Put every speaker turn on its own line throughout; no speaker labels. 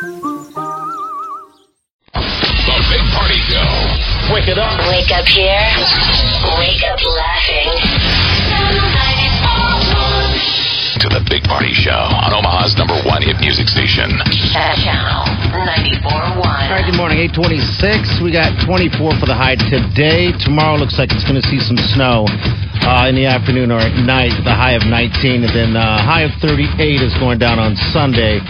The Big Party Show. Wake it up.
Wake up here. Wake up laughing.
To the Big Party Show on Omaha's number one hit music station.
At Channel
All
94.1.
right, good morning. 826. We got 24 for the high today. Tomorrow looks like it's going to see some snow uh, in the afternoon or at night. The high of 19, and then uh, high of 38 is going down on Sunday.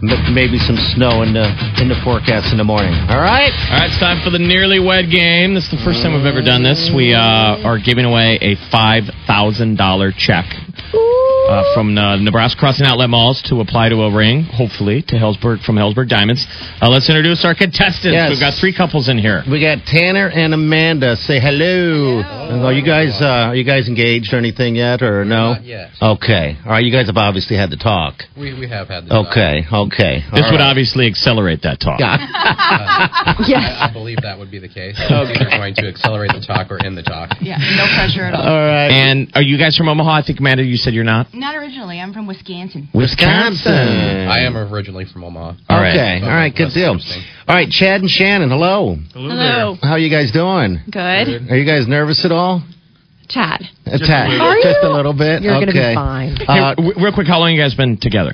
M- maybe some snow in the in the forecast in the morning. All right.
All right, it's time for the nearly wed game. This is the first time we've ever done this. We uh, are giving away a five thousand dollar check uh, from the Nebraska Crossing Outlet Malls to apply to a ring, hopefully to Hellsberg from Hellsberg Diamonds. Uh, let's introduce our contestants.
Yes.
We've got three couples in here.
We got Tanner and Amanda. Say hello. Are you guys uh, are you guys engaged or anything yet or no?
not yet.
Okay. All right. You guys have obviously had the talk.
We, we have had this.
Okay. Okay.
This
All
would
right.
obviously accelerate that talk.
I, I believe that would be the case. It's either going to accelerate the talk or end the talk.
Yeah, no pressure at all.
All right.
And are you guys from Omaha? I think Amanda, you said you're not.
Not originally. I'm from Wisconsin.
Wisconsin.
I am originally from Omaha.
All right.
Okay. All right. Good
That's
deal.
interesting.
All right, Chad and Shannon. Hello.
Hello.
How you guys doing?
Good.
Are you guys nervous at all?
Chad.
Just, a, little. Just a little bit. You're okay. gonna be fine.
Hey,
Uh,
w- real quick, how long you guys been together?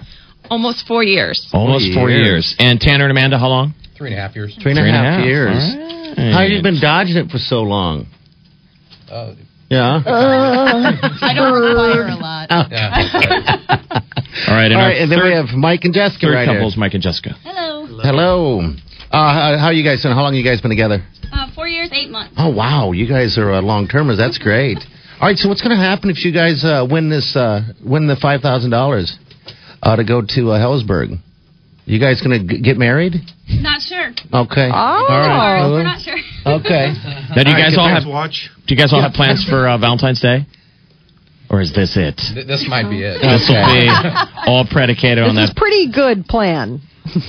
Almost four years.
Almost four years. And Tanner and Amanda, how long?
Three and a half years.
three and a half years.
All right.
How you been dodging it for so long?
Oh,
Yeah.
I don't fire a lot.
yeah.
All right. And
all
our
right, and then
third,
we have Mike and Jessica
third
right
couples, Mike and Jessica.
Hello.
here. Hello. Uh, how, how you guys doing? How long you guys been together?
Uh, four years, eight months.
Oh wow, you guys are uh, long termers. That's great. All right, so what's going to happen if you guys uh, win this uh, win the five thousand dollars uh, to go to uh, Hellsburg? You guys going to g- get married?
Not sure.
Okay. all right.
sure.
Okay.
Now,
All
do you
right,
guys
good
all
times.
have watch? Do you guys all have plans for uh, Valentine's Day, or is this it?
Th- this might be it.
This will be all predicated on that
pretty good plan.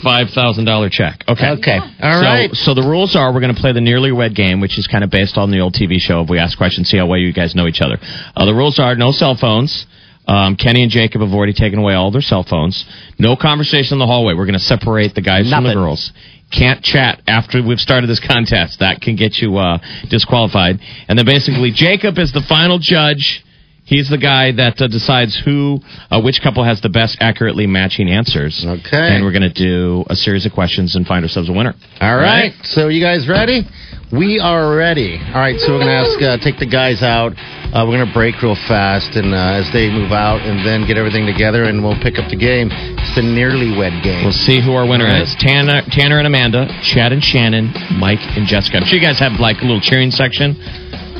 five thousand dollar check. Okay.
Okay. All
so,
right.
So the rules are we're going to play the nearly wed game, which is kind of based on the old TV show. If we ask questions, see how well you guys know each other. Uh, the rules are no cell phones. Um, Kenny and Jacob have already taken away all their cell phones. No conversation in the hallway. We're going to separate the guys from the
Nothing.
girls. Can't chat after we've started this contest. That can get you uh, disqualified. And then basically, Jacob is the final judge. He's the guy that uh, decides who, uh, which couple has the best accurately matching answers.
Okay.
And we're going to do a series of questions and find ourselves a winner.
All right. So you guys ready? We are ready. All right. So we're gonna ask, uh, take the guys out. Uh, we're gonna break real fast, and uh, as they move out, and then get everything together, and we'll pick up the game. It's the nearly wed game.
We'll see who our
All
winner
right.
is. Tanner, Tanner and Amanda, Chad and Shannon, Mike and Jessica. I'm sure you guys have like a little cheering section,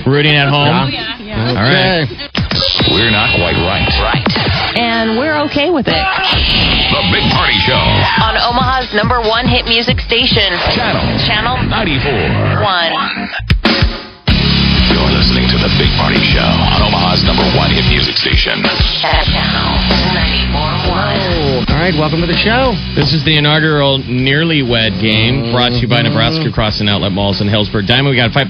rooting at home.
Yeah.
okay.
All right.
We're not quite right. Right.
And we're okay with it.
The Big Party Show.
On Omaha's number one hit music station.
Channel
Channel
94.
1.
You're listening to The Big Party Show on Omaha's number one hit music station.
At Channel 94.1.
All right. Welcome to the show.
This is the inaugural Nearly Wed game brought to you
Mm-hmm.
by Nebraska Crossing Outlet Malls in Hillsburg. Diamond, we got a $5,000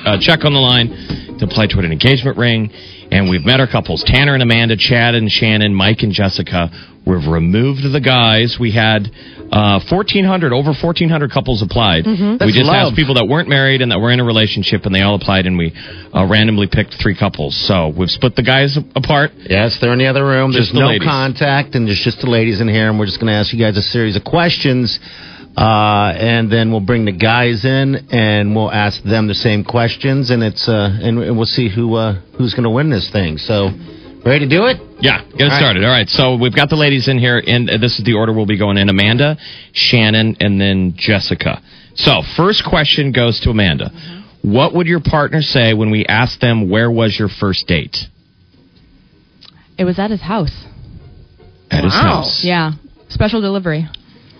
uh, check on the line to apply to an engagement ring. And we've met our couples, Tanner and Amanda, Chad and Shannon, Mike and Jessica. We've removed the guys. We had uh, 1,400, over 1,400 couples applied. We
Mm-hmm. That's
just
love.
asked people that weren't married and that were in a relationship, and they all applied, and we uh, randomly picked three couples. So we've split the guys apart.
Yes, they're in the other room.
Just
There's
the
no
ladies.
contact, and there's just the ladies in here, and we're just going to ask you guys a series of questions, uh, and then we'll bring the guys in, and we'll ask them the same questions, and it's uh, and, and we'll see who uh, who's going to win this thing. So, ready to do it?
Yeah, get it
right.
started. All right, so we've got the ladies in here, and uh, this is the order we'll be going in Amanda, Shannon, and then Jessica. So, first question goes to Amanda. What would your partner say when we asked them, Where was your first date?
It was at his house.
At his house.
Yeah. Special delivery.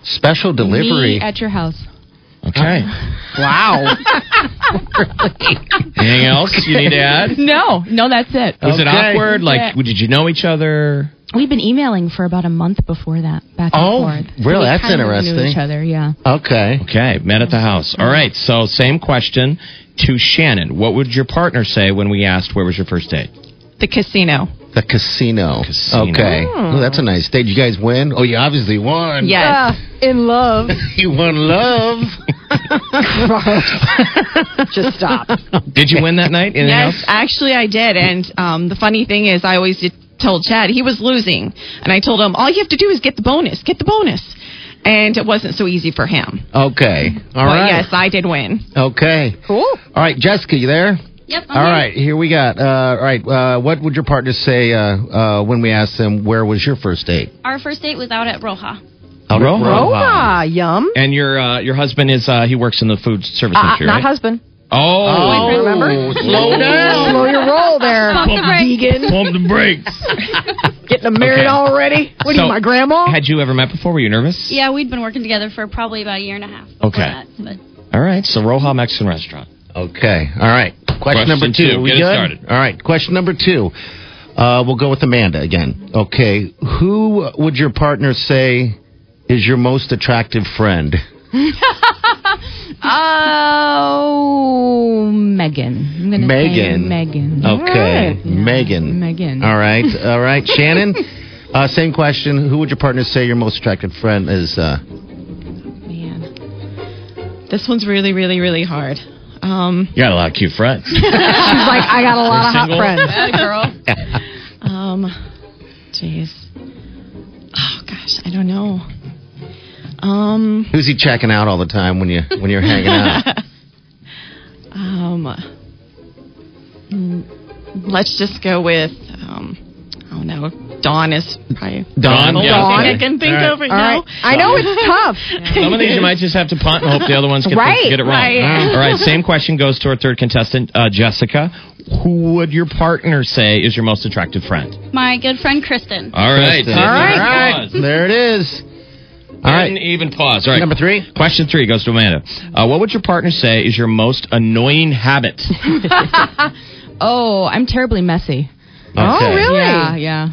Special delivery.
Me at your house.
Okay.
Wow.
Anything else you need to add?
no, no, that's it.
Was it
Okay.
awkward? Like,
Yeah.
did you know each other?
We've been emailing for about a month before that, back and
Oh,
forth. So
really?
we
That's
kind of Knew
interesting.
each other, yeah.
Uh,
Okay.
Okay, met at the house. All right, so same question to Shannon. What would your partner say when we asked where was your first date?
The casino.
The casino.
Casino.
Okay. Oh, that's a nice date. You guys win? Oh, you obviously won.
Yes.
in love.
You won love.
Just stop.
Did you win that night? Anything
yes,
else?
actually, I did. And um, the funny thing is, I always did, told Chad he was losing, and I told him all you have to do is get the bonus, get the bonus, and it wasn't so easy for him.
Okay. All
but
right.
yes, I did win.
Okay.
Cool.
All right, Jessica, you there?
Yep. um,
All right, here we got. Uh, all right, uh, what would your partner say uh, uh, when we asked them where was your first date?
Our first date was out at Roja.
Out at
Roja.
Roma, yum.
And your uh, your husband is uh, he works in the food service
Uh,
industry,
not
right?
husband.
oh,
remember?
slow down.
Slow your roll there.
vegan.
pump the brakes.
Getting them married
Okay.
already? What are
So-
you, my grandma?
Had you ever met before? Were you nervous?
Yeah, we'd been working together for probably about a year and a half. before
Okay.
That, but
All right, so Roja Mexican Restaurant.
Okay. All right. Question,
Question
number two.
two.
We
Get it
good?
started.
All right. Question number two. Uh, we'll go with Amanda again. Okay. Who would your partner say is your most attractive friend?
Oh, Megan. I'm gonna say
Megan.
Megan.
Okay.
Yeah,
Megan.
Megan.
All right. All right. Shannon. Uh, same question. Who would your partner say your most attractive friend is? Uh,
Man.
this one's really, really, really hard. Um,
You got a lot of cute friends.
She's like, I got a lot of
single?
hot friends.
girl. um, jeez. Oh gosh, I don't know. Um.
who's he checking out all the time when you when you're hanging out?
Um, mm, let's just go with, um, oh no, Dawn is probably
Don.
Don,
the only
yeah.
thing
okay.
I can think
All right.
of right
All
now.
right. I know it's tough.
Some of these you might just have to punt and hope the other ones get, the-
Right,
get it wrong. Ah.
right.
All right, same question goes to our third contestant, uh, Jessica. Who would your partner say is your most attractive friend?
My good friend Kristen.
All right.
All right. There it is. All
All right.
right.
Even pause. All right.
Number three.
Question three goes to Amanda. Uh, what would your partner say is your most annoying habit?
Oh, I'm terribly messy.
Okay.
Oh, really?
Yeah, yeah.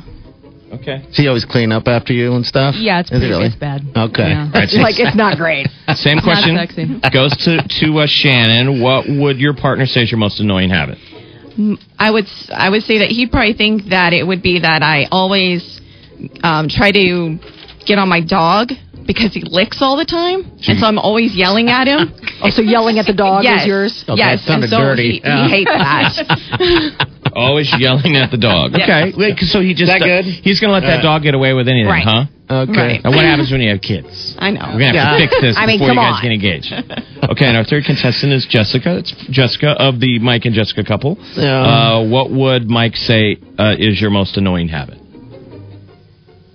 Okay.
Does he always clean up after you and stuff?
Yeah, it's
Is it
pretty
really?
it's bad.
Oh.
Okay.
Yeah.
All right, so
Like, it's not great.
same question
sexy.
goes to, to uh, Shannon. What would your partner say is your most annoying habit?
I would s- I would say that he'd probably think that it would be that I always um, try to get on my dog because he licks all the time, and so I'm always yelling at him.
Oh, so yelling at the dog
yes,
is yours?
Okay,
yes,
that sounded
and so
dirty.
He,
Yeah.
he hates that.
Always yelling at the dog. Okay. Wait, so he just
That good?
he's going to let that dog get away with anything,
Right.
huh?
Right.
Okay.
Now, what happens when you have kids?
I know.
We're gonna
Yeah.
have to fix this
I mean,
before you
come
guys
on.
get engaged. Okay, and our third contestant is Jessica. It's Jessica of the Mike and Jessica couple.
Yeah.
Uh, what would Mike say uh, is your most annoying habit?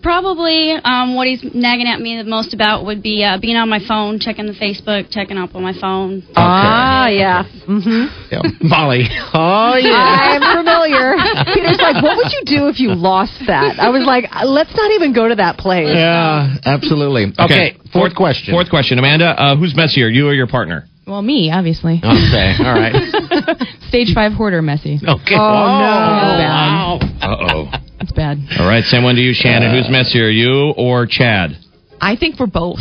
Probably um, what he's nagging at me the most about would be uh, being on my phone, checking the Facebook, checking up on my phone.
Ah, yeah.
Yeah. Molly. Oh yeah.
I'm familiar. Peter's like, what would you do if you lost that? I was like, let's not even go to that place.
yeah. Absolutely. Okay. Fourth, question.
Fourth question, Amanda. Uh, who's messier, you or your partner?
Well, me, obviously.
Okay. All right.
Stage five hoarder messy.
Okay.
Oh,
Wow.
Oh.
Uh oh.
It's bad.
All right, same one to you, Shannon. who's messier, you or Chad?
I think we're both.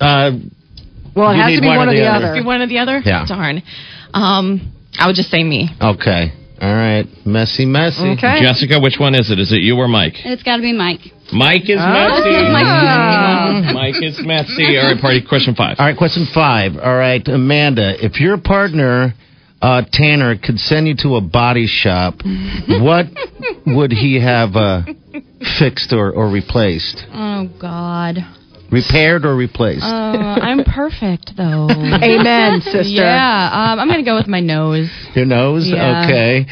Uh,
Well, it
You
has
need
to be
one
one,
or
or
the
the
other.
other.
Be one or the other.
Yeah. Oh.
Darn. Um, I would just say me.
okay. All right. Messy. Messy.
Okay.
Jessica, which one is it? Is it you or Mike?
It's got to be Mike.
Mike is
Ah.
messy. Mike is messy. All right, party question five.
All right. Question five. All right, Amanda. If your partner. Uh, Tanner could send you to a body shop. what would he have uh, fixed or, or replaced?
Oh God.
Repaired or replaced?
Uh, I'm perfect though.
Amen, sister.
Yeah, um, I'm gonna go with my nose.
Your nose?
Yeah.
Okay.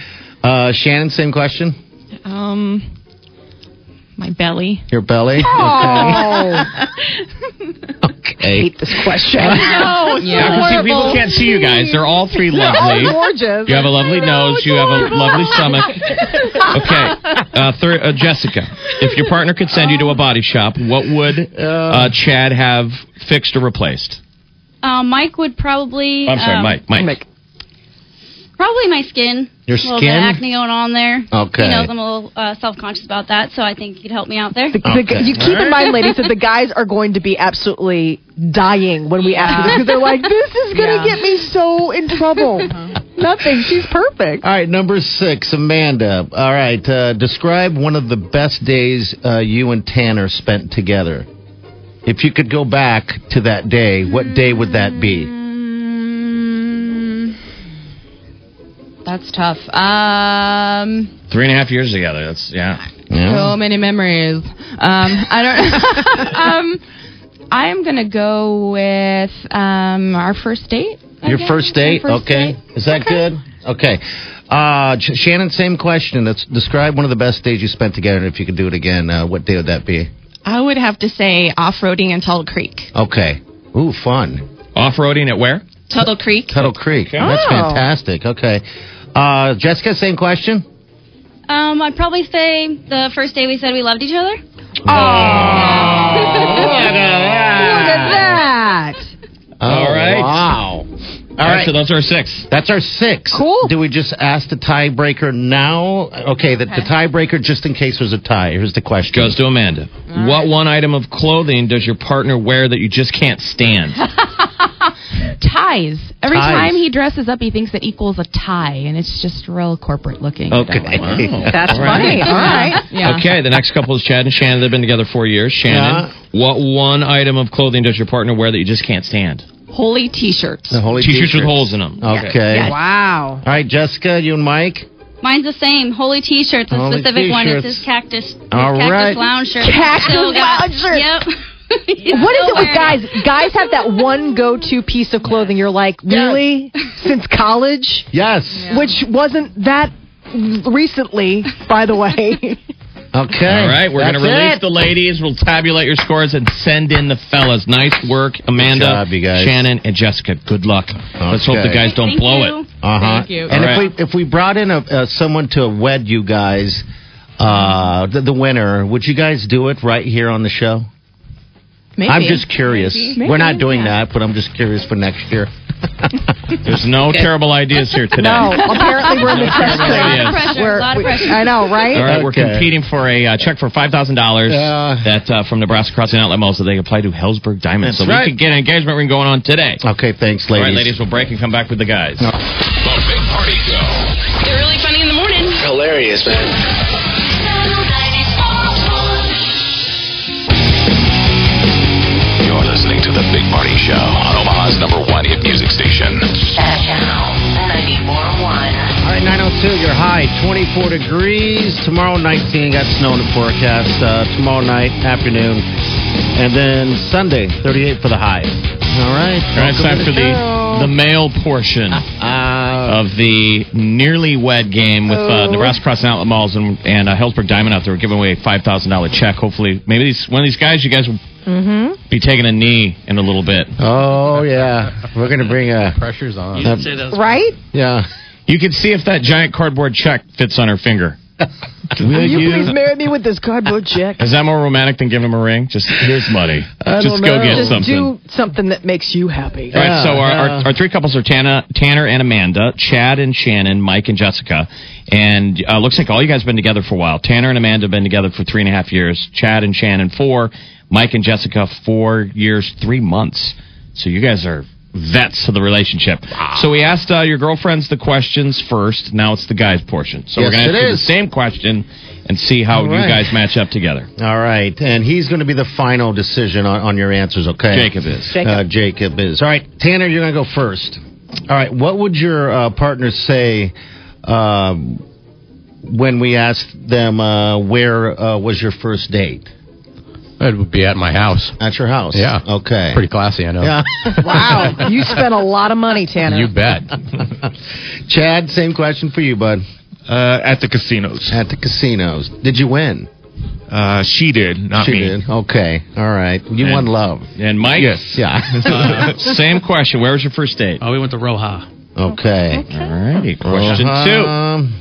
Uh, Shannon, same question.
Um, my belly.
Your belly?
Oh,
Okay.
hate this question.
No,
Yeah, 'cause see, people can't see you guys. They're all three lovely.
Gorgeous.
You have a lovely nose. You have a lovely stomach. Okay, uh, thir- uh, Jessica, if your partner could send you to a body shop, what would uh, Chad have fixed or replaced?
Uh, Mike would probably.
I'm sorry,
um,
Mike. Mike.
Probably my skin.
Your
a little bit
skin?
of acne going on there.
Okay.
He knows I'm a little uh, self-conscious about that, so I think he'd help me out there.
The g- you keep in mind, ladies, that the guys are going to be absolutely dying when we ask you this because they're like, "This is gonna
Yeah.
get me so in trouble."
Uh-huh.
Nothing. She's perfect.
All right, number six, Amanda. All right, uh, describe one of the best days uh, you and Tanner spent together. If you could go back to that day, what day would that be?
Mm.
That's tough. Um,
Three and a half years together. That's yeah.
so many memories. Um, I don't. um, I am gonna go with um our first date. I
Your
guess.
first date?
My first
okay. Is that good? Okay. Uh, Sh- Shannon, same question. That's, describe one of the best days you spent together, and if you could do it again, uh, what day would that be?
I would have to say off-roading in Tuttle Creek.
Okay. Ooh, fun.
Off roading at where?
Tuttle Creek.
Tuttle Creek.
Oh.
That's fantastic. Okay. Uh, Jessica, same question?
Um, I'd probably say the first day we said we loved each other.
Oh,
That.
All
Oh,
right.
Wow.
All right. So those are six.
That's our six. Cool. Do we just ask the tiebreaker now? Okay, the, the tiebreaker, just in case there's a tie. Here's the question.
Goes to Amanda. What one item of clothing does your partner wear that you just can't stand?
Ties. Every
Ties.
time he dresses up, he thinks it equals a tie, and it's just real corporate looking. I don't like it.
Wow. All right.
Yeah.
Okay, the next couple is Chad and Shannon. They've been together four years. Shannon, what one item of clothing does your partner wear that you just can't stand?
Holy T-shirts.
The holy
T-shirts with holes in them.
Okay.
Yes.
Wow.
All right, Jessica, you and Mike.
Mine's the same. Holy T-shirts, a
Holy
specific one. It's
T-shirts.
his cactus. His
All
cactus
right.
lounge shirt.
Cactus
Still got-
lounge shirt.
Yep.
What is it with guys? Guys have that one go-to piece of clothing. You're like, really? Since college,
Yes.
which wasn't that recently, by the way.
Okay.
All right, we're going to
That's
release
it.
the ladies. We'll tabulate your scores and send in the fellas. Nice work, Amanda,
job, you guys.
Shannon, and Jessica. Good luck. Let's hope the
Okay.
guys don't
Thank
blow
you.
it.
Uh huh. And if we if we brought in a uh, someone to wed you guys, uh, the, the winner, would you guys do it right here on the show?
Maybe.
I'm just curious.
Maybe.
We're not doing that, but I'm just curious for next year.
There's no terrible ideas here today.
No, apparently we're in the test
Terrible
train.
ideas.
We're- we- I know, right?
All right, we're
Okay.
competing for a uh, check for five thousand dollars that uh, from Nebraska Crossing Outlet Malls that they apply to Hellsburg Diamonds.
That's
so
right.
we could get an engagement ring going on today.
Okay, thanks, ladies.
All right, ladies, we'll break and come back with the guys.
They're really funny in the morning.
Hilarious, man. You're listening to The Big Party Show on Omaha's number one hit music station.
That channel 94.1.
All right, 902, your high, 24 degrees. Tomorrow, 19, got snow in the forecast. Uh, tomorrow night, afternoon. And then Sunday, 38 for the high. All right.
All right, it's time
welcome to
for the, the male
Uh,
portion of the nearly wed game with uh,
Oh.
Nebraska Crossing Outlet Malls and, and uh, Hillsburg Diamond out there. We're giving away a $5,000 check. Hopefully, maybe these, one of these guys, you guys will
Mm-hmm.
be taking a knee in a little bit.
Oh, yeah. We're going to bring a.
Pressure's on.
didn't say that was-
Right?
Yeah.
You can see if that giant cardboard check fits on her finger.
Will
Will
you,
you?
please marry me with this cardboard check?
Is that more romantic than giving him a ring? Just here's money.
I
Just
don't
go
know.
get
Just do
something.
something that makes you happy.
All right, so our, our, our three couples are Tana, Tanner and Amanda, Chad and Shannon, Mike and Jessica. And uh, looks like all you guys have been together for a while. Tanner and Amanda have been together for three and a half years, Chad and Shannon, four, Mike and Jessica, four years, three months. So you guys are vets of the relationship. So we asked uh, your girlfriends the questions first. Now it's the guys' portion. So we're
Yes, it
going to ask you the
is.
same question and see how
All
you
right.
guys match up together.
All right, and he's going to be the final decision on, on your answers, okay?
Jacob is.
Jacob. Uh, Jacob is. All right, Tanner, you're going to go first. All right, what would your uh, partner say um, when we asked them uh, where uh, was your first date?
It would be at my house.
At your house?
Yeah.
Okay.
Pretty classy, I know.
Yeah.
wow, you spent a lot of money, Tanner.
Uh,
You bet.
Chad, same question for you, bud.
Uh, at the casinos.
At the casinos. Did you win?
Uh, she did, not
she
me.
did. Okay. All right. You
And-
won love.
And Mike?
Yes.
Yeah.
Uh, same question. Where was your first date?
Oh, we went to Roja.
okay.
All righty. Question
Uh-huh.
Um,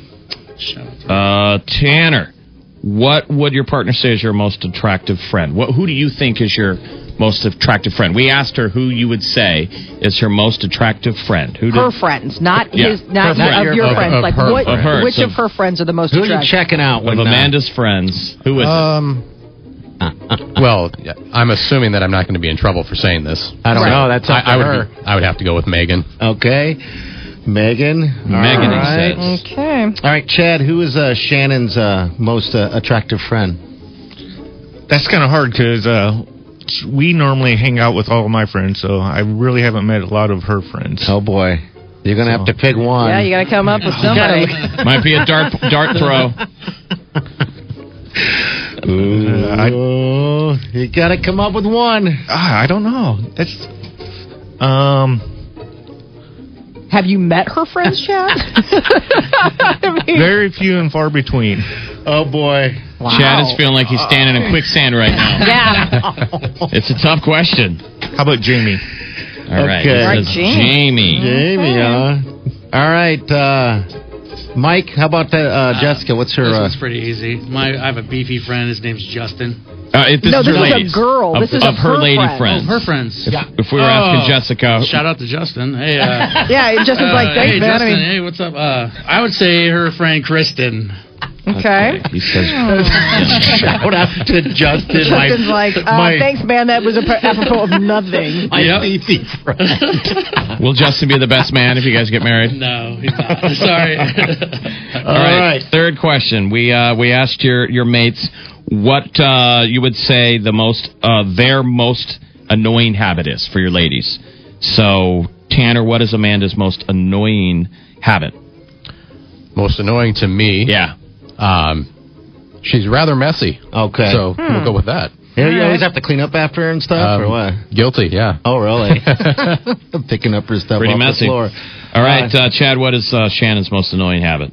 two. Uh, Tanner, what would your partner say is your most attractive friend? What, who do you think is your most attractive friend. We asked her who you would say is her most attractive friend. Who
her
did,
friends, not
Yeah.
his, not,
Her
of
friend.
your
Of-
friends.
of
like
her
what,
friends. Of hers.
which of her friends are the most?
Who are you
attractive?
checking out?
of
when, uh,
Amanda's friends? Who is
Uh,
Um. well, Oh, yeah, I'm assuming that I'm not going to be in trouble for saying this.
I don't know. That's up
I, I
to
would.
her.
be- I would have to go with Megan.
Okay. Megan.
Megan,
All
he
right.
says.
Okay.
All right, Chad, who is uh, Shannon's uh, most uh, attractive friend?
That's kind of hard because uh, we normally hang out with all of my friends, so I really haven't met a lot of her friends.
Oh boy, you're gonna have to pick one.
Yeah, you got to come up with somebody.
it? Might be a dart dart throw.
Ooh, you got to come up with one.
Ah, I don't know. That's um
Have you met her friends, Chad? I mean,
very few and far between.
Oh boy,
Chad is feeling like he's standing in quicksand right now.
yeah.
It's a tough question.
How about Jamie?
All right,
Okay.
this is Jamie.
Jamie, huh? All right, uh, Mike. How about that, uh, Jessica? What's her?
This
Uh,
one's pretty easy. My, I have a beefy friend. His name's Justin.
Uh, if this
No,
is
this
her
is a
ladies.
girl.
Of,
This is
of
of her
her, lady
friends.
friends.
Her friends.
If, if we were
Oh.
asking Jessica,
Shout out to Justin. Hey, uh,
yeah, Justin's
uh,
like, thanks,
hey,
man.
Justin.
I mean,
Hey, what's up? Uh, I would say her friend Kristen.
okay. Oh.
he says,
shout out to Justin.
Justin's like, uh, thanks, man. That was a p- apropos of nothing.
my
Yep.
beefy friend.
"Will Justin be the best man if you guys get married?"
No, he's not. Sorry.
All right. Third question. We uh, we asked your your mates what uh, you would say the most uh, their most annoying habit is for your ladies. So Tanner, what is Amanda's most annoying habit?
Most annoying to me.
Yeah.
Um, she's rather messy.
Okay. Hmm.
So we'll go with that.
you, know, you always have to clean up after her and stuff, or
Um,
what?
Guilty. Yeah.
Oh, really? Picking up her stuff
Pretty
off
messy.
the floor.
All right, uh, Chad. What is uh, Shannon's most annoying habit?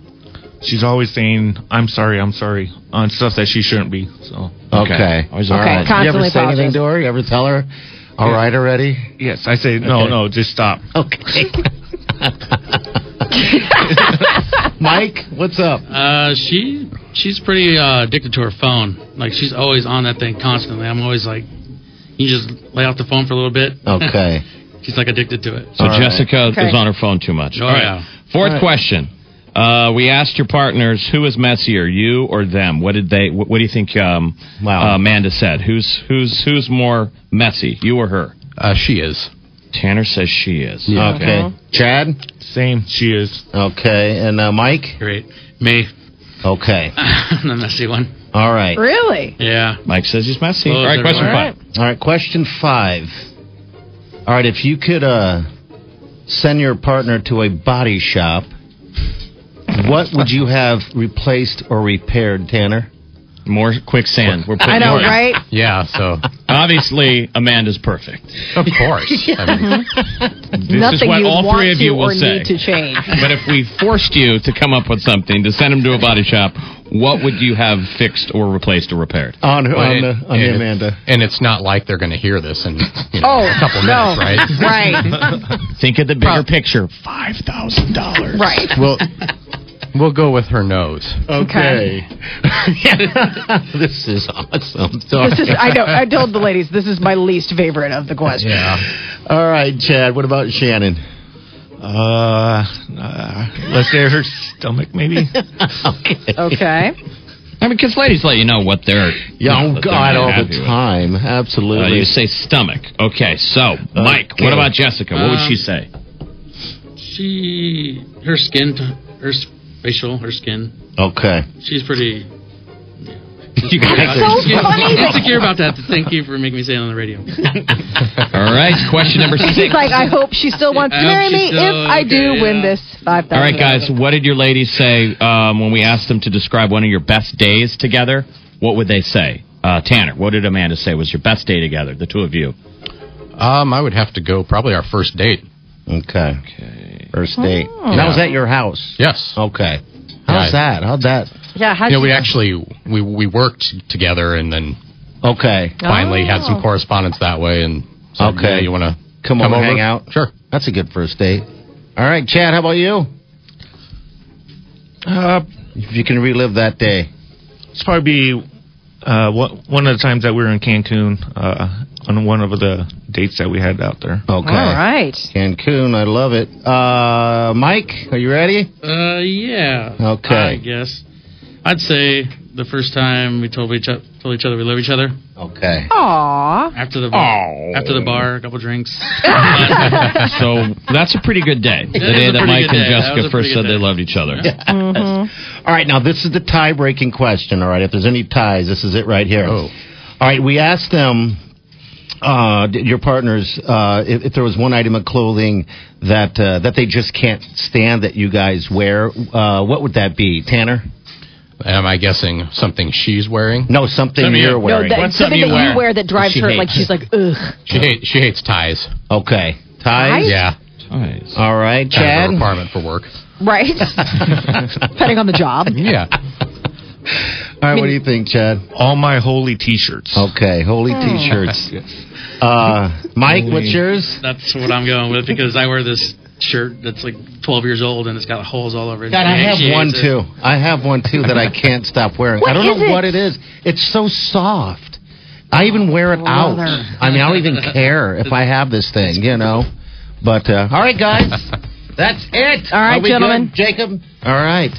She's always saying, "I'm sorry, I'm sorry" on stuff that she shouldn't be. So
Okay.
Always
Okay,
alright.
con-
You ever
Constantly
say anything
apologize.
to her? You ever tell her, all right already?
yes, I say no,
Okay.
no, just stop.
Okay. Mike, what's up?
Uh, she she's pretty uh, addicted to her phone. Like she's always on that thing constantly. I'm always like, you just lay off the phone for a little bit.
Okay. Oh,
she's like addicted to it.
So
All right.
Jessica
Okay.
is on her phone too much.
Oh,
All right.
yeah.
Fourth
All right.
question. Uh, we asked your partners who is messier, you or them. What did they? What, what do you think? Um,
Wow.
uh, Amanda said, "Who's who's who's more messy, you or her?"
Uh, she is.
Tanner says she is.
Okay.
Uh-huh.
Chad?
Same. She is.
Okay. And uh, Mike?
Great. Me,
Okay.
I'm the messy one.
All right.
Really?
Yeah.
Mike says he's messy.
Close,
All right, question
everyone.
five.
All right. Question five. All right. If you could uh, send your partner to a body shop, what would you have replaced or repaired, Tanner?
More quicksand. We're putting
I know,
more-
right?
Yeah. So
Obviously, Amanda's perfect.
of course. I mean,
This
Nothing
is what
you
all
want
three of you
to
will
or
say.
need to change.
But if we forced you to come up with something to send him to a body shop, what would you have fixed or replaced or repaired?
On, her,
Well,
Uh, on,
it-
the, on the
it-
Amanda.
and it's not like they're going to hear this in you
Oh,
know, a couple
no.
minutes, right?
Right.
Think of the bigger picture. Five thousand dollars.
Right.
We'll we'll go with her nose.
Okay. this is awesome. Sorry.
This is, I know. I told the ladies this is my least favorite of the questions.
All right, Chad. What about Shannon?
Uh, uh, let's say her stomach, maybe.
Okay.
I mean, because ladies let you know what they're.
Yeah,
you know,
oh
that they're
God,
not
all
happy
the
with.
time. Absolutely.
Uh, you say stomach. Okay, so Mike,
Okay.
what about Jessica? What would
Um,
she say?
She her skin t- her s- facial her skin.
okay.
She's pretty.
You guys are-
Insecure- Insecure about that. Thank you for making me say it on the radio.
All right, question number six.
She's like, I hope she still wants to
I hope
marry
she
me
still-
if I do
okay,
win
yeah.
this five thousand.
All right, guys. What did your ladies say um, when we asked them to describe one of your best days together? What would they say? Uh, Tanner, what did Amanda say was your best day together, the two of you?
Um, I would have to go probably our first date.
Okay.
Okay. Oh.
First date. And That was at your house.
Yes.
Okay. How's that? How'd that?
Yeah. How
You know, we actually we we worked together and then
Okay.
finally had
Oh.
some correspondence that way and so, you
Okay.
know, you want to
Come,
come
over,
over
hang out.
Sure.
That's a good first date. All right, Chad. How about you?
Uh,
If you can relive that day.
it's Uh, probably Uh, what, one of the times that we were in Cancun uh, on one of the dates that we had out there.
Okay. right. Cancun, I love it. Uh, Mike, are you ready?
Uh, yeah.
Okay.
I guess. I'd say the first time we told each, o- told each other we love each other.
Okay.
Aw.
After the
Oh.
bar, after the bar, a couple drinks.
so that's a pretty good day. The
That is
day
a
that
pretty
Mike
good
and
day. That was
Jessica
a
first
pretty
said
good
they
day.
loved each other.
All right, now this is the tie breaking question. All right, if there's any ties, this is it right here.
Oh.
All right, we asked them, uh, d- your partners, uh, if, if there was one item of clothing that uh, that they just can't stand that you guys wear. Uh, what would that be, Tanner?
Am I guessing something she's wearing?
No, something
Something
you're
you-
No,
wearing.
that, something that you wear that drives
She
her
hates.
like she's like ugh.
She hates she hates ties.
Okay,
Ties?
ties.
Yeah,
ties.
All right,
Kind of
Chad.
a requirement for work.
Right? Depending on the job.
Yeah.
All right, what do you think, Chad?
All my holy T-shirts.
Okay, holy
Oh.
Hmm.
T-shirts. Uh, Mike, what's yours?
That's what I'm going with because I wear this shirt that's like 12 years old and it's got holes all over it.
God, I
And she
have one
hates it.
too. I have one too that I can't stop wearing.
What
I don't know
is it?
what it is. It's so soft. I even wear it out.
Leather.
I mean, I don't even care if I have this thing, you know. But uh, all right, guys, that's it. All
right,
Are we
gentlemen.
good, Jacob. All right.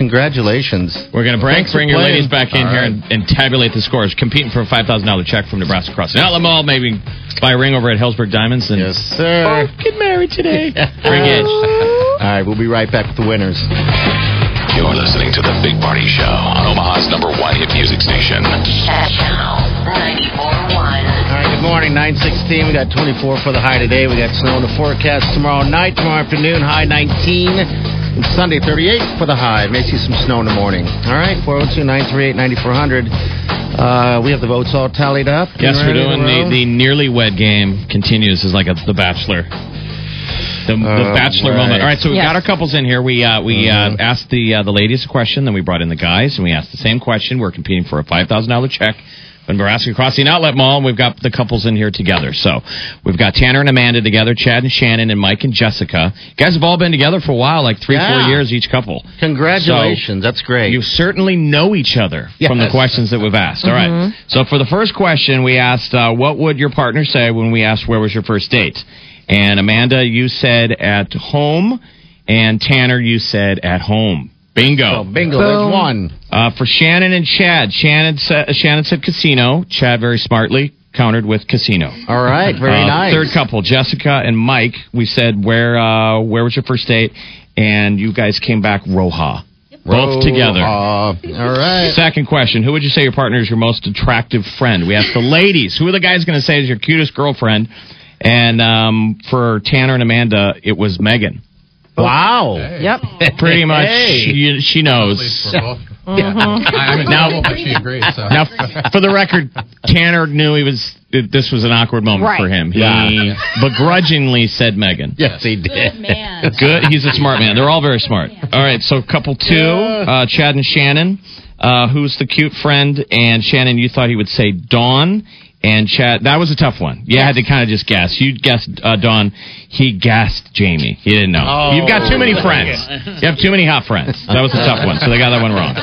Congratulations.
We're going to break.
Thanks for
Bring your
playing.
ladies back in
All right.
here and, and tabulate the scores. Competing for a five thousand dollar check from Nebraska Crossing Outlet Mall. Maybe buy a ring over at Hellsberg Diamonds. And yes,
sir.
Get married today.
Bring it. All right, we'll be right back with the winners.
You're listening to The Big Party Show on Omaha's number one hit music station.
Channel 94.1.
All right, good morning. 916. We got 24 for the high today. We got snow in the forecast tomorrow night, tomorrow afternoon, high 19. And Sunday, 38 for the high. May see some snow in the morning. All right, 402 938 9400. Uh, we have the votes all tallied up.
Yes, we're
Ready to
doing the,
roll?
the nearly wed game continues as like a, the Bachelor, the, the
All
Bachelor
Oh, right. Mm-hmm.
moment. All right, so we
Yes.
got our couples in here. We uh, we uh, asked the uh, the ladies a question, then we brought in the guys, and we asked the same question. We're competing for a five thousand dollar check. When we're asking Crossing Outlet Mall, and we've got the couples in here together. So we've got Tanner and Amanda together, Chad and Shannon, and Mike and Jessica. You guys have all been together for a while, like three,
Yeah.
four years each couple.
Congratulations. That's great.
You certainly know each other from the
Yes.
questions that we've asked. All
Mhm.
right. So for the first question, we asked, uh, what would your partner say when we asked where was your first date? And Amanda, you said at home, and Tanner, you said at home. Bingo.
bingo. There's Boom. one.
Uh, for Shannon and Chad, Shannon said, Shannon said casino. Chad very smartly countered with casino.
All right, very
Uh,
nice.
Third couple, Jessica and Mike. We said where uh, where was your first date, and you guys came back Roja. Both
Roja.
together.
All right.
Second question: Who would you say your partner is your most attractive friend? We asked the ladies. Who are the guys going to say is your cutest girlfriend? And um, for Tanner and Amanda, it was Megan.
Wow.
Yep.
Pretty much,
Hey.
she, she knows.
I mean,
Now-
now she agrees. So.
Now, f- for the record, Tanner knew he was. that This was an awkward moment
Right.
for him. He
Yeah.
begrudgingly said Megan.
Yes, he did.
Good Good. He's a smart man. They're all very smart. All right. So couple two, uh, Chad and Shannon. Uh, who's the cute friend? And Shannon, you thought he would say Dawn. And Chad, that was a tough one. You had to kind of just guess. You guessed uh, Dawn. He guessed Jamie. He didn't know.
Oh.
You've got too many friends. You have too many hot friends. That was a tough one. So they got that one wrong.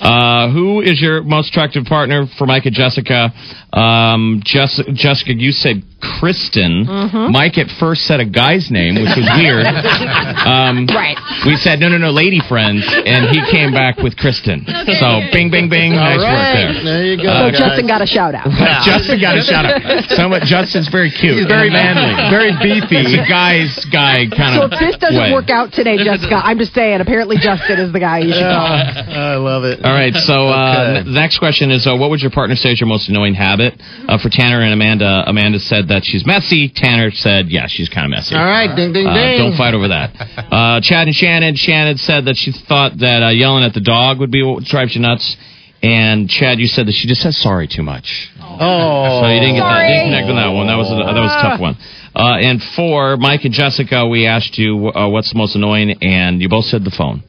Uh, who is your most attractive partner for Mike and Jessica? Um, Jess- Jessica, you said Kristen. Mike at first said a guy's name, which was weird. Um,
Right.
We said no, no, no, lady friends, and he came back with Kristen. So bing, bing, bing. nice work there.
you
So
Uh,
Justin got a shout out.
But Justin got a shout out. Someone, Justin's very cute. uh,
He's very
manly.
very beefy.
He's a guy's guy kind
So
of.
if this doesn't
way.
work out today, Jessica, I'm just saying. Apparently, Justin is the guy you should call.
I love it.
All right, so uh, n- the next question is uh, what would your partner say is your most annoying habit? Uh, for Tanner and Amanda, Amanda said that she's messy. Tanner said, yeah, she's kind of messy.
All right, ding, ding,
Uh,
ding.
Don't fight over that. Uh, Chad and Shannon. Shannon said that she thought that uh, yelling at the dog would be what drives you nuts. And Chad, you said that she just says sorry too much.
Oh.
So you didn't get that. Didn't connect on that one. That was a, that was a tough one. Uh, and four, Mike and Jessica, we asked you uh, what's the most annoying, and you both said the phone.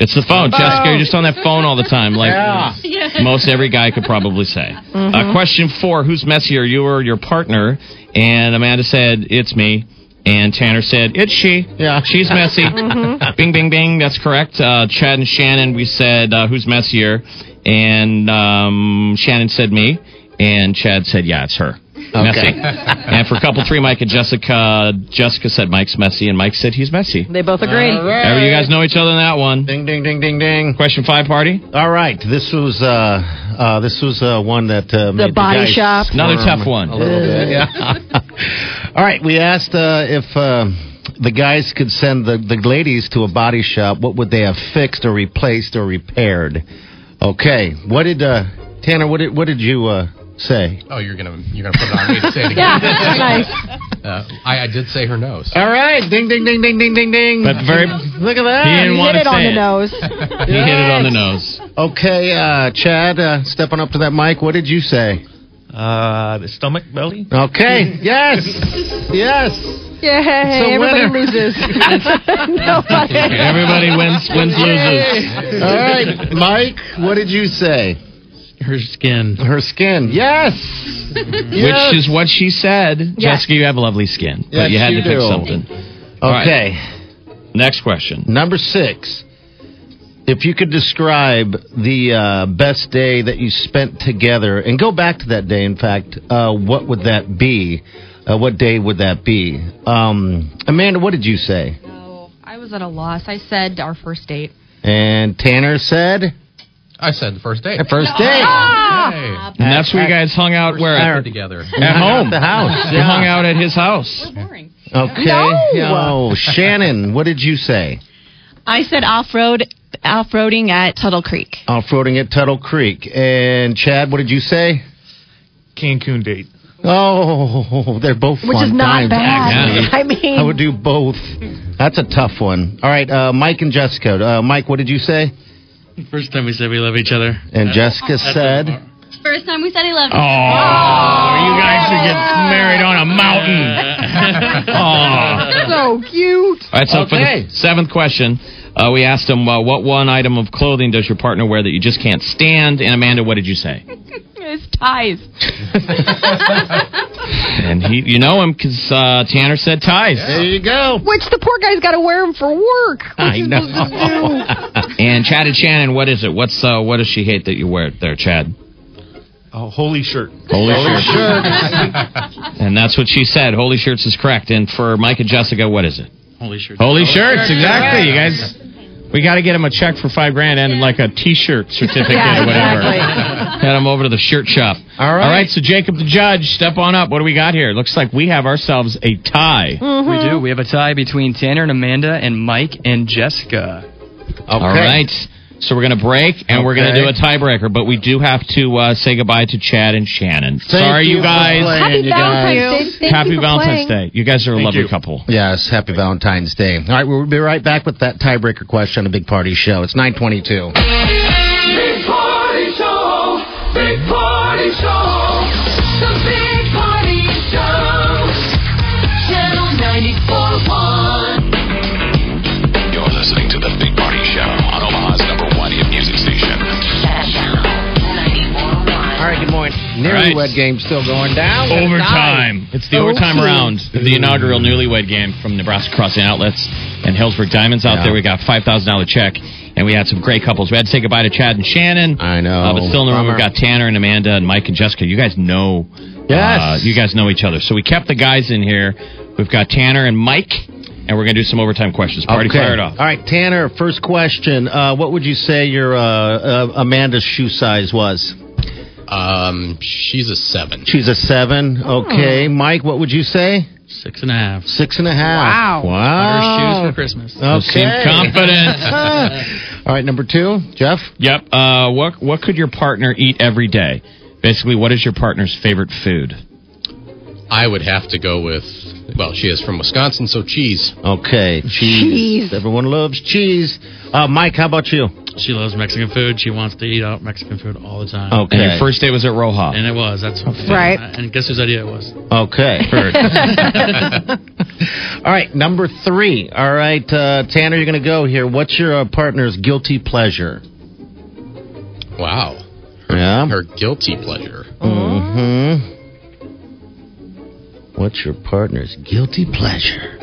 It's the phone,
Phone.
Jessica. You're just on that phone all the time, like
Yeah.
most every guy could probably say. Uh,
Mhm.
question four: Who's messier, you or your partner? And Amanda said it's me. And Tanner said it's she. Yeah, she's messy. Bing, bing, bing. That's correct. Uh, Chad and Shannon, we said uh, who's messier, and um, Shannon said me, and Chad said, yeah, it's her. Messy. and for couple three, Mike and Jessica, Jessica said Mike's messy, and Mike said he's messy.
They both agree.
Every- You guys know each other in that one. Ding,
ding, ding, ding, ding.
Question five party.
All right, this was uh, uh, this was uh, one that uh, made the
body
guys
shop.
Another
squirm
tough one.
A little bit, yeah. All right, we asked uh, if uh, the guys could send the, the ladies to a body shop. What would they have fixed or replaced or repaired? Okay, what did uh, Tanner? What did what did you uh, say?
Oh, you're gonna you're gonna put it on me to say it again. uh, I, I did say her nose.
All right, ding, ding, ding, ding, ding, ding, ding.
But very-
look at that.
He didn't
Hit it on the nose.
He hit it on the nose.
Okay, uh, Chad, uh, stepping up to that mic. What did you say?
Uh, the stomach belly.
Okay. Yes. yes.
Yeah,
It's a
everybody
winner.
loses. Nobody.
Everybody wins, wins, loses.
All right, Mike, what did you say?
Her skin.
Her skin. Yes. Yes.
Which is what she said.
Yeah.
Jessica, you have lovely skin,
Yes,
but you had
you
to pick
do.
something. All right.
Okay.
Next question.
Number six. If you could describe the uh, best day that you spent together and go back to that day, in fact, uh, what would that be? Uh, what day would that be? Um, Amanda, what did you say?
I was at a loss. I said our first date.
And Tanner said?
I said the first date.
The first date.
Ah!
And that's where you guys hung out where?
At,
At,
together.
at home.
the house,
You
yeah.
hung out at his house.
Okay.
No.
Oh, Shannon, what did you say?
I said off road, off roading at Tuttle Creek.
Off roading at Tuttle Creek. And Chad, what did you say?
Cancun date.
Oh, they're both
Which
fun
is not
times,
bad.
actually.
I mean,
I would do both. That's a tough one. All right, uh, Mike and Jessica. Uh, Mike, what did you say?
First time we said we love each other.
And Jessica
That's
said,
First time we said he loved
Oh, you guys should get married on a mountain. Aw.
so cute.
All right, so
Okay.
for the seventh question, uh, we asked him, uh, what one item of clothing does your partner wear that you just can't stand? And Amanda, what did you say?
It's ties.
And he, you know him because uh, Tanner said ties.
There you go.
Which the poor guy's got to wear them for work. What
I
you
know.
supposed to
And Chad and Shannon, what is it? What's uh, what does she hate that you wear there, Chad?
Oh, holy shirt.
Holy, shirts.
shirts.
And that's what she said. Holy shirts is correct. And for Mike and Jessica, what is it?
Holy shirts.
Holy shirts, exactly. You guys, we got to get him a check for five grand and like a T-shirt certificate
Yeah,
or whatever.
exactly.
Head him over to the shirt shop. All
right.
All right. So Jacob the judge, step on up. What do we got here? Looks like we have ourselves a tie.
Mm.
We do. We have a tie between Tanner and Amanda and Mike and Jessica.
All right. So we're going to break and we're going to do
Okay.
a tiebreaker, but we do have to uh, say goodbye to Chad and Shannon.
Thank
Sorry, you,
you for
guys.
playing, Happy you Valentine's guys. Day. Thank
Happy
you for
Valentine's
playing.
Day. You guys are a
Thank
lovely
you.
couple.
Yes, happy Valentine's Day. All right, we'll be right back with that tiebreaker question on the Big Party Show. It's 922.
Big Party Show! Big Party Show! The Big Party Show! Channel 941.
You're listening to the Big Party Show on Omaha's number one hit music station.
All right, good morning. Newlywed game still going down. Oh,
Overtime. It's the overtime round of the inaugural newlywed game from Nebraska Crossing Outlets and Hillsburg Diamonds out there. We got a $5,000 check, and we had some great couples. We had to say goodbye to Chad and Shannon.
I know.
Uh, but still in the room, we've got Tanner and Amanda and Mike and Jessica. You guys know.
Yes.
uh, you guys know each other. So we kept the guys in here. We've got Tanner and Mike, and we're going to do some overtime questions. Party
Okay.
fired off.
All right, Tanner, first question. Uh, what would you say your uh, uh, Amanda's shoe size was?
Um, she's a seven.
She's a seven. Okay. Mike, what would you say?
Six and a half.
Six and a
Wow.
half. Wow.
Bought her shoes for Christmas.
Okay.
You seem
confident.
All right, number two, Jeff.
Yep. Uh, what What could your partner eat every day? Basically, what is your partner's favorite food?
I would have to go with. Well, she is from Wisconsin, so cheese.
Okay. Cheese. Everyone loves cheese. Uh, Mike, how about you?
She loves Mexican food. She wants to eat out Mexican food all the time.
Okay.
And your first date was at Roja.
And it was. That's
Right.
And guess whose idea it was?
Okay. All right, number three. All right, uh, Tanner, you're going to go here. What's your uh, partner's guilty pleasure?
Wow.
Yeah.
Her guilty pleasure.
Mm-hmm. What's your partner's guilty pleasure?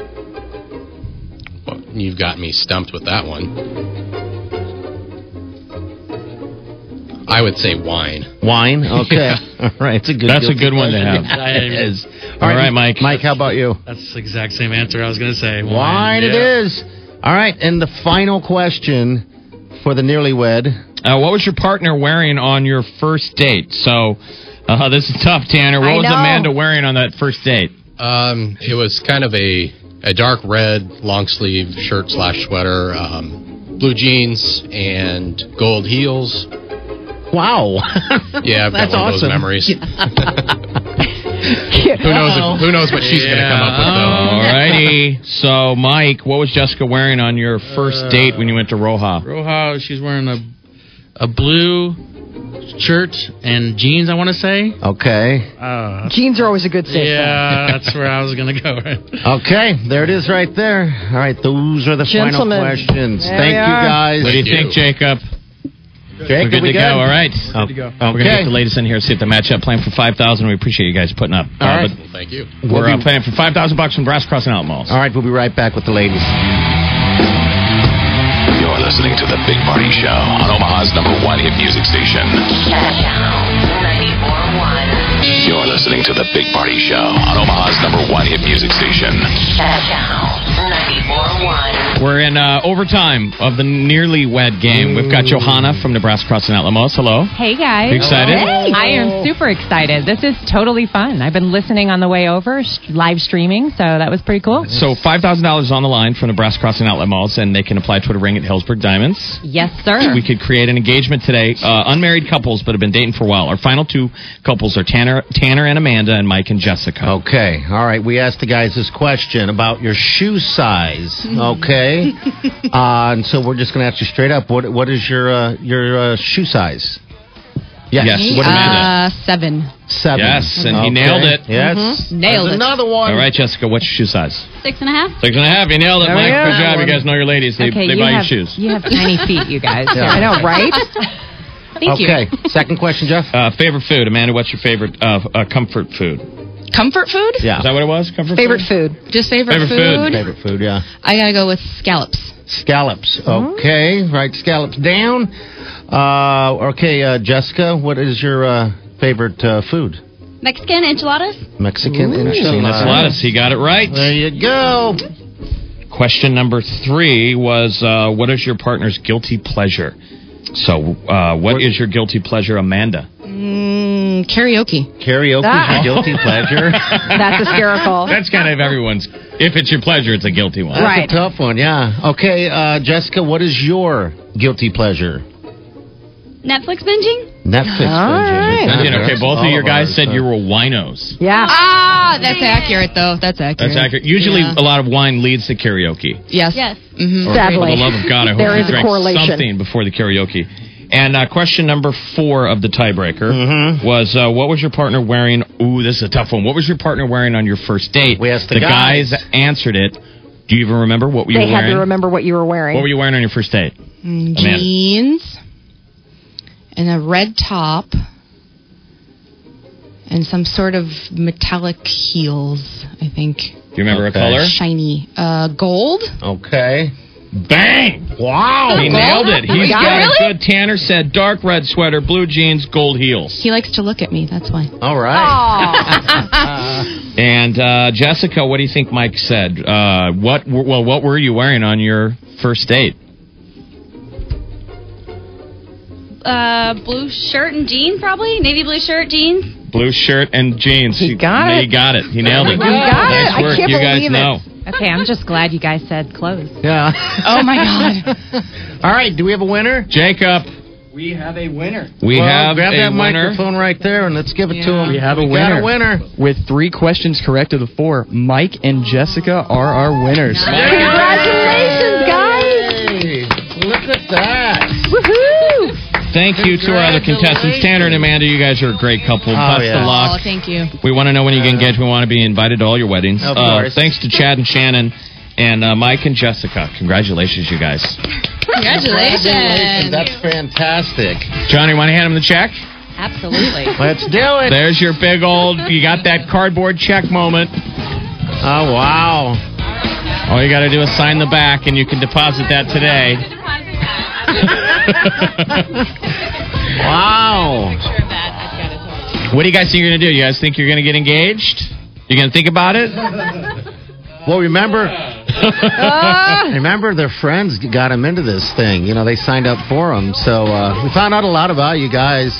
Well, you've got me stumped with that one. I would say wine.
Wine. Okay. All right. It's a good.
That's a
guilty
good one to
pleasure.
have.
Yeah, it is.
All right, Mike.
Mike, how about you?
That's the exact same answer I was going to say. Wine,
Wine
yeah.
it is. All right, and the final question for the nearly wed.
Uh, what was your partner wearing on your first date? So uh, this is tough, Tanner. What
I
was
know.
Amanda wearing on that first date?
Um, it was kind of a a dark red long sleeve shirt slash sweater, um, blue jeans, and gold heels.
Wow.
Yeah, I've got
That's
one of those
awesome.
memories.
Who
knows? If, who knows what she's going to come up with though?
Uh, All righty. So, Mike, what was Jessica wearing on your first
Uh,
date when you went to Roja?
Roja, she's wearing a a blue shirt and jeans. I want to say.
Okay.
Uh,
Jeans are always a good safe
yeah, that's where I was gonna go.
Okay, there it is right there. All right, those are the
Gentlemen.
final questions.
There
Thank
they
you
are.
guys.
What do you think, Jacob?
Jacob,
we're good
we
to
good?
go. All right.
Good to go.
We're gonna
Okay.
get the latest in here. See if the matchup plan for five thousand. We appreciate you guys putting up. Uh,
All right.
but
Thank you.
We'll
We're uh,
be-
playing for five thousand bucks from Brass Crossing Out Malls.
All right, we'll be right back with the ladies.
You're listening to The Big Party Show on Omaha's number one hit music station. You're listening to The Big Party Show on Omaha's number one hit music station.
We're in uh, overtime of the nearly wed game. We've got Johanna from Nebraska Crossing Out Malls. Hello.
Hey guys.
You excited? Hello.
I am super excited. This is totally fun. I've been listening on the way over, s- live streaming, so that was pretty cool.
So five thousand dollars on the line from Nebraska Crossing Outlet Malls, and they can apply to a ring at Hillsburg Diamonds.
Yes, sir.
We could create an engagement today. Uh, unmarried couples, but have been dating for a while. Our final two couples are Tanner, Tanner and Amanda, and Mike and Jessica.
Okay, all right. We asked the guys this question about your shoe size. Okay, uh, and so we're just going to ask you straight up. What what is your uh, your uh, shoe size? Yes.
Me?
What Amanda?
uh, seven.
Seven.
Yes, and he nailed it.
Yes.
Mm-hmm.
Mhm. Nailed
There's
it.
Another one.
All right, Jessica, what's your shoe size?
Six and a half.
Six and a half. You nailed it,
There
Mike.
we go.
Good job.
That
You
one.
guys know your ladies. They,
okay,
they
you
buy
have,
your shoes.
You have tiny feet, you guys.
Yeah.
I know, right? Thank you.
okay.
Second question, Jeff.
Uh, favorite food, Amanda. What's your favorite uh, uh, comfort food?
Comfort food?
Yeah.
Is that what it was? Comfort
Favorite
food.
Just favorite, food.
Favorite food. Yeah.
I gotta go with scallops.
Scallops. Okay. Right. Scallops down. Uh, okay, uh, Jessica. What is your uh, favorite uh, food?
Mexican enchiladas.
Mexican
Ooh.
enchiladas.
Enchiladas. He got it right.
There you go.
Question number three was uh, What is your partner's guilty pleasure? So, uh, what is your guilty pleasure, Amanda?
Mm, karaoke.
Karaoke
Ah.
is your guilty pleasure.
That's hysterical.
That's kind of everyone's. If it's your pleasure, it's a guilty one.
That's a tough one. Yeah. Okay, uh, Jessica. What is your guilty pleasure?
Netflix binging.
Netflix.
All
binging.
And, you know,
Yeah,
okay,
that's
both
all uh,
of your guys
ours,
said
so-
you were winos.
Yeah.
Ah, that's accurate though. That's accurate.
That's accurate. Usually,
Yeah.
a lot of wine leads to karaoke.
Yes.
Yes.
Mm-hmm.
Or For the love of God, I hope you drank something before the karaoke. And uh, question number four of the tiebreaker was, uh, what was your partner wearing? Ooh, this is a tough one. What was your partner wearing on your first date? We asked
the
guys.
guys.
answered it. Do you even remember what you
they
were
had
wearing?
to remember what you were wearing.
What were you wearing on your first date?
Mm,
Amanda.
Jeans and a red top and some sort of metallic heels. I think.
Do you remember a color?
Shiny. Uh, gold.
Okay.
Bang!
Wow.
He
Gold?
nailed it. He's
Yeah,
got
really?
it good. Tanner said dark red sweater, blue jeans, gold heels.
He likes to look at me. That's why.
All right.
And uh, Jessica, what do you think Mike said? Uh, what w- well, what were you wearing on your first date?
Uh, blue shirt and jean, probably navy blue shirt, jeans.
Blue shirt and jeans. He
got
he
it.
got it. He nailed it.
He got it.
nice
I
work.
can't
you guys
believe it.
know.
Okay, I'm just glad you guys said clothes.
Yeah.
Oh my god.
All right. Do we have a winner?
Jacob.
We have a winner.
We
Well,
have
grab
a
that
winner.
microphone right there and let's give it to him.
We have a
got
winner. With three questions correct of the four, Mike and Jessica are our winners.
Congratulations, guys!
Look at that.
Woohoo!
Thank you to our other contestants, Tanner and Amanda. You guys are a great couple. Best of
Oh,
luck.
thank you.
We want to know when you get engaged. We want to be invited to all your weddings.
Of
Uh,
course.
thanks to Chad and Shannon and uh, Mike and Jessica. Congratulations, you guys.
Congratulations. That's fantastic.
Johnny, want to hand him the check?
Absolutely.
Let's do it.
There's your big old. You got that cardboard check moment.
Oh wow!
All you got to do is sign the back, and you can deposit that today. Wow. What do you guys think you're going to do? You guys think you're going to get engaged? You're going to think about it?
Well, remember, remember their friends got him into this thing. You know, they signed up for him. So uh, we found out a lot about you guys.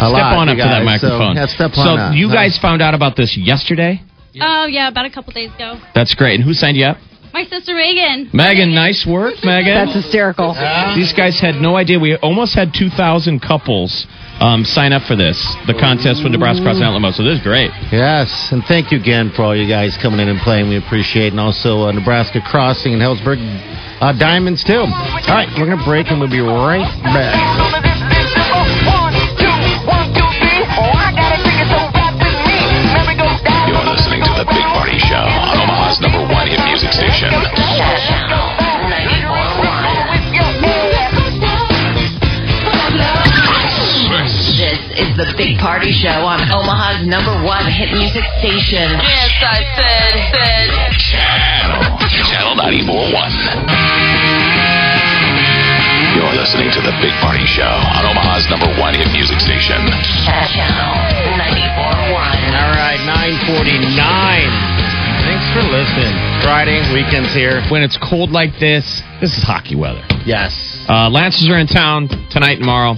A
step
lot,
on
you
up to that
guys. So,
microphone.
yeah, step
So
on up.
you
Nice.
guys found out about this yesterday?
Oh yeah, about a couple days ago.
That's great. And who signed you up?
My sister Reagan.
Megan, nice work, Megan.
That's
hysterical.
These guys had no idea. We almost had 2,000 couples um, sign up for this, the contest with Nebraska Crossing Alamo. So this is great.
Yes, and thank you again for all you guys coming in and playing. We appreciate, and also uh, Nebraska Crossing and Hellsburg uh, Diamonds too. All right, we're gonna break and we'll be right back.
You're listening to The Big Party Show on Omaha's number one hit music station.
This is the Big Party Show on Omaha's number one hit music station. Yes, I said, said.
Channel, Channel 941. You're listening to The Big Party Show on Omaha's number one hit music station.
All right, nine forty nine. Thanks for listening. Friday weekends here.
When it's cold like this, this is hockey weather.
Yes.
Uh, Lancers are in town tonight and tomorrow.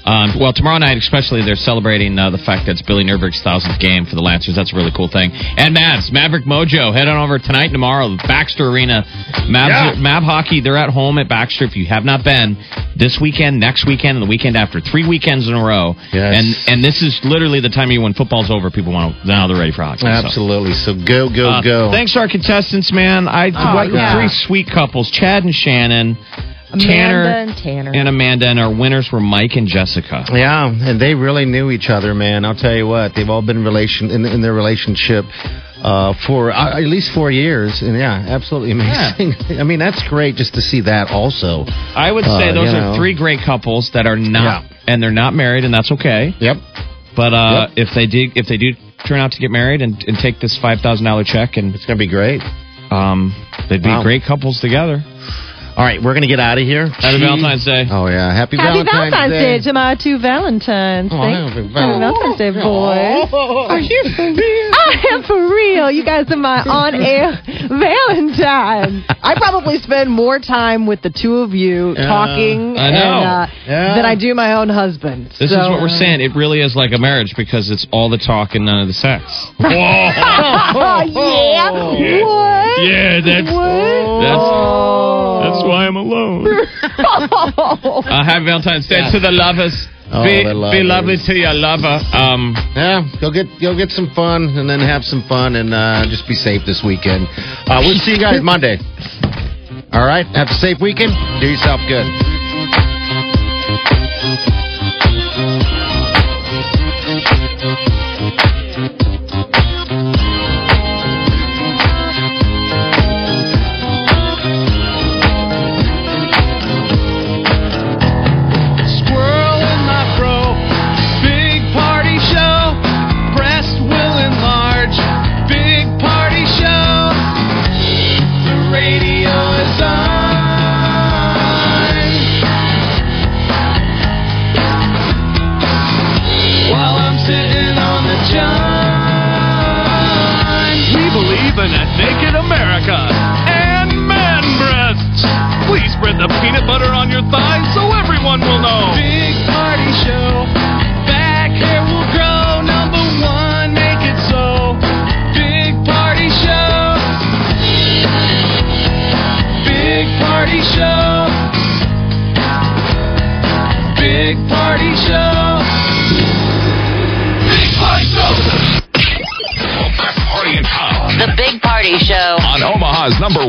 Um, well, tomorrow night, especially, they're celebrating uh, the fact that it's Billy Nurberg's thousandth game for the Lancers. That's a really cool thing. And Mavs, Maverick Mojo, head on over tonight and tomorrow, Baxter Arena, Mavs, Mav Hockey. They're at home at Baxter. If you have not been, this weekend, next weekend, and the weekend after, three weekends in a row.
Yes.
And and this is literally the time you when football's over, people want to now they're ready for hockey. so.
Absolutely. So go, go,
Uh,
go.
Thanks to our contestants, man. I
Oh,
what,
yeah.
three sweet couples, Chad and Shannon,
Amanda
Tanner
and Tanner.
and Amanda, and our winners were Mike and Jessica.
Yeah, and they really knew each other, man. I'll tell you what, they've all been in relation in, in their relationship uh, for uh, at least four years, and yeah, absolutely amazing. I mean, that's great just to see that also.
I
Uh,
would say those are three great couples that are not, and they're not married, and that's okay.
Yep.
But uh, if they do, if they do turn out to get married and, and take this five thousand dollar check, and it's
gonna be great.
Um, they'd be
Wow.
great couples together.
All right, we're gonna get out of here.
Happy Valentine's Day.
Oh yeah, happy,
Happy
Valentine's, Day.
Valentine's
to my two Valentines.
Oh,
Thanks.
happy
Happy Valentine's Day, boys.
Are
you for real?
I am for real. You guys are my on air Valentine. I probably spend more time with the two of you
Yeah,
talking
I know.
And, uh,
Yeah.
than I do my own husband.
This is
So-
what we're saying. It really is like a marriage because it's all the talk and none of the sex.
yeah. What? Oh.
Yeah, that's- That's that's why I'm alone.
What?
Uh, happy Valentine's Day
Yeah.
to the lovers.
Oh,
be,
the
be
lovers.
lovely to your lover. Um,
Yeah, go get go get some fun and then have some fun and uh, just be safe this weekend. Uh, we'll see you guys Monday. All right, have a safe weekend. Do yourself good.
Squirrel in my fro. Big party show. Breast will enlarge. Big party show. The radio is on. While I'm sitting on the john. We believe in a naked America and man breasts. Please spread the peanut butter on your thighs so everyone will know. Big party show. Back hair will grow. Number one, make it so. Big party show. Big party show. Big party show. Big party show.
Party in town
The Big Party Show.
on Omaha's number